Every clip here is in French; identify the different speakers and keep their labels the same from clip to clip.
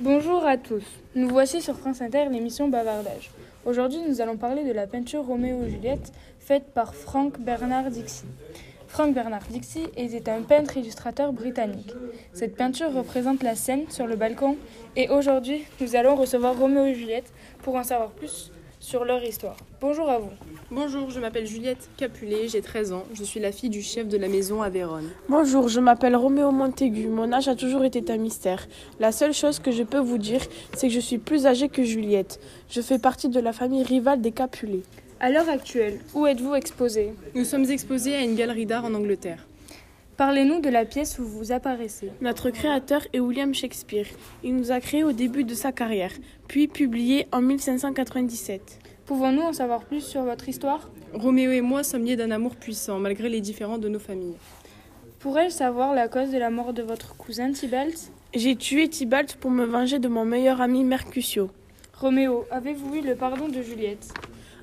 Speaker 1: Bonjour à tous. Nous voici sur France Inter l'émission Bavardage. Aujourd'hui, nous allons parler de la peinture Roméo et Juliette faite par Frank Bernard Dixie. Frank Bernard Dixie était un peintre illustrateur britannique. Cette peinture représente la scène sur le balcon et aujourd'hui, nous allons recevoir Roméo et Juliette pour en savoir plus sur leur histoire. Bonjour à vous.
Speaker 2: Bonjour, je m'appelle Juliette Capulet, j'ai 13 ans, je suis la fille du chef de la maison à Vérone.
Speaker 3: Bonjour, je m'appelle Roméo Montaigu. Mon âge a toujours été un mystère. La seule chose que je peux vous dire, c'est que je suis plus âgée que Juliette. Je fais partie de la famille rivale des Capulet.
Speaker 1: À l'heure actuelle, où êtes-vous exposé
Speaker 2: Nous sommes exposés à une galerie d'art en Angleterre.
Speaker 1: Parlez-nous de la pièce où vous apparaissez.
Speaker 3: Notre créateur est William Shakespeare. Il nous a créés au début de sa carrière, puis publié en 1597.
Speaker 1: Pouvons-nous en savoir plus sur votre histoire
Speaker 2: Roméo et moi sommes liés d'un amour puissant, malgré les différends de nos familles.
Speaker 1: Pourrais-je savoir la cause de la mort de votre cousin Tybalt
Speaker 3: J'ai tué Tybalt pour me venger de mon meilleur ami Mercutio.
Speaker 1: Roméo, avez-vous eu le pardon de Juliette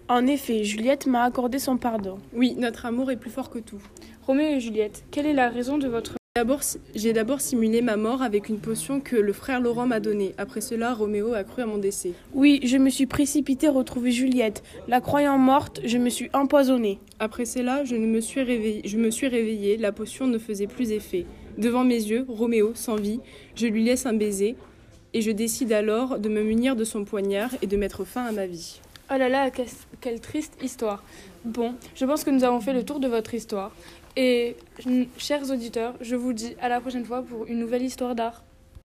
Speaker 3: En effet, Juliette m'a accordé son pardon.
Speaker 2: Oui, notre amour est plus fort que tout.
Speaker 1: Roméo et Juliette, quelle est la raison de votre...
Speaker 2: D'abord, si- J'ai d'abord simulé ma mort avec une potion que le frère Laurent m'a donnée. Après cela, Roméo a cru à mon décès.
Speaker 3: Oui, je me suis précipitée retrouver Juliette. La croyant morte, je me suis empoisonnée.
Speaker 2: Après cela, je ne me suis réveillée, je me suis réveillée, la potion ne faisait plus effet. Devant mes yeux, Roméo, sans vie, je lui laisse un baiser et je décide alors de me munir de son poignard et de mettre fin à ma vie.
Speaker 1: Oh là là, qu'est- quelle triste histoire. Bon, je pense que nous avons fait le tour de votre histoire. Et, chers auditeurs, je vous dis à la prochaine fois pour une nouvelle histoire d'art.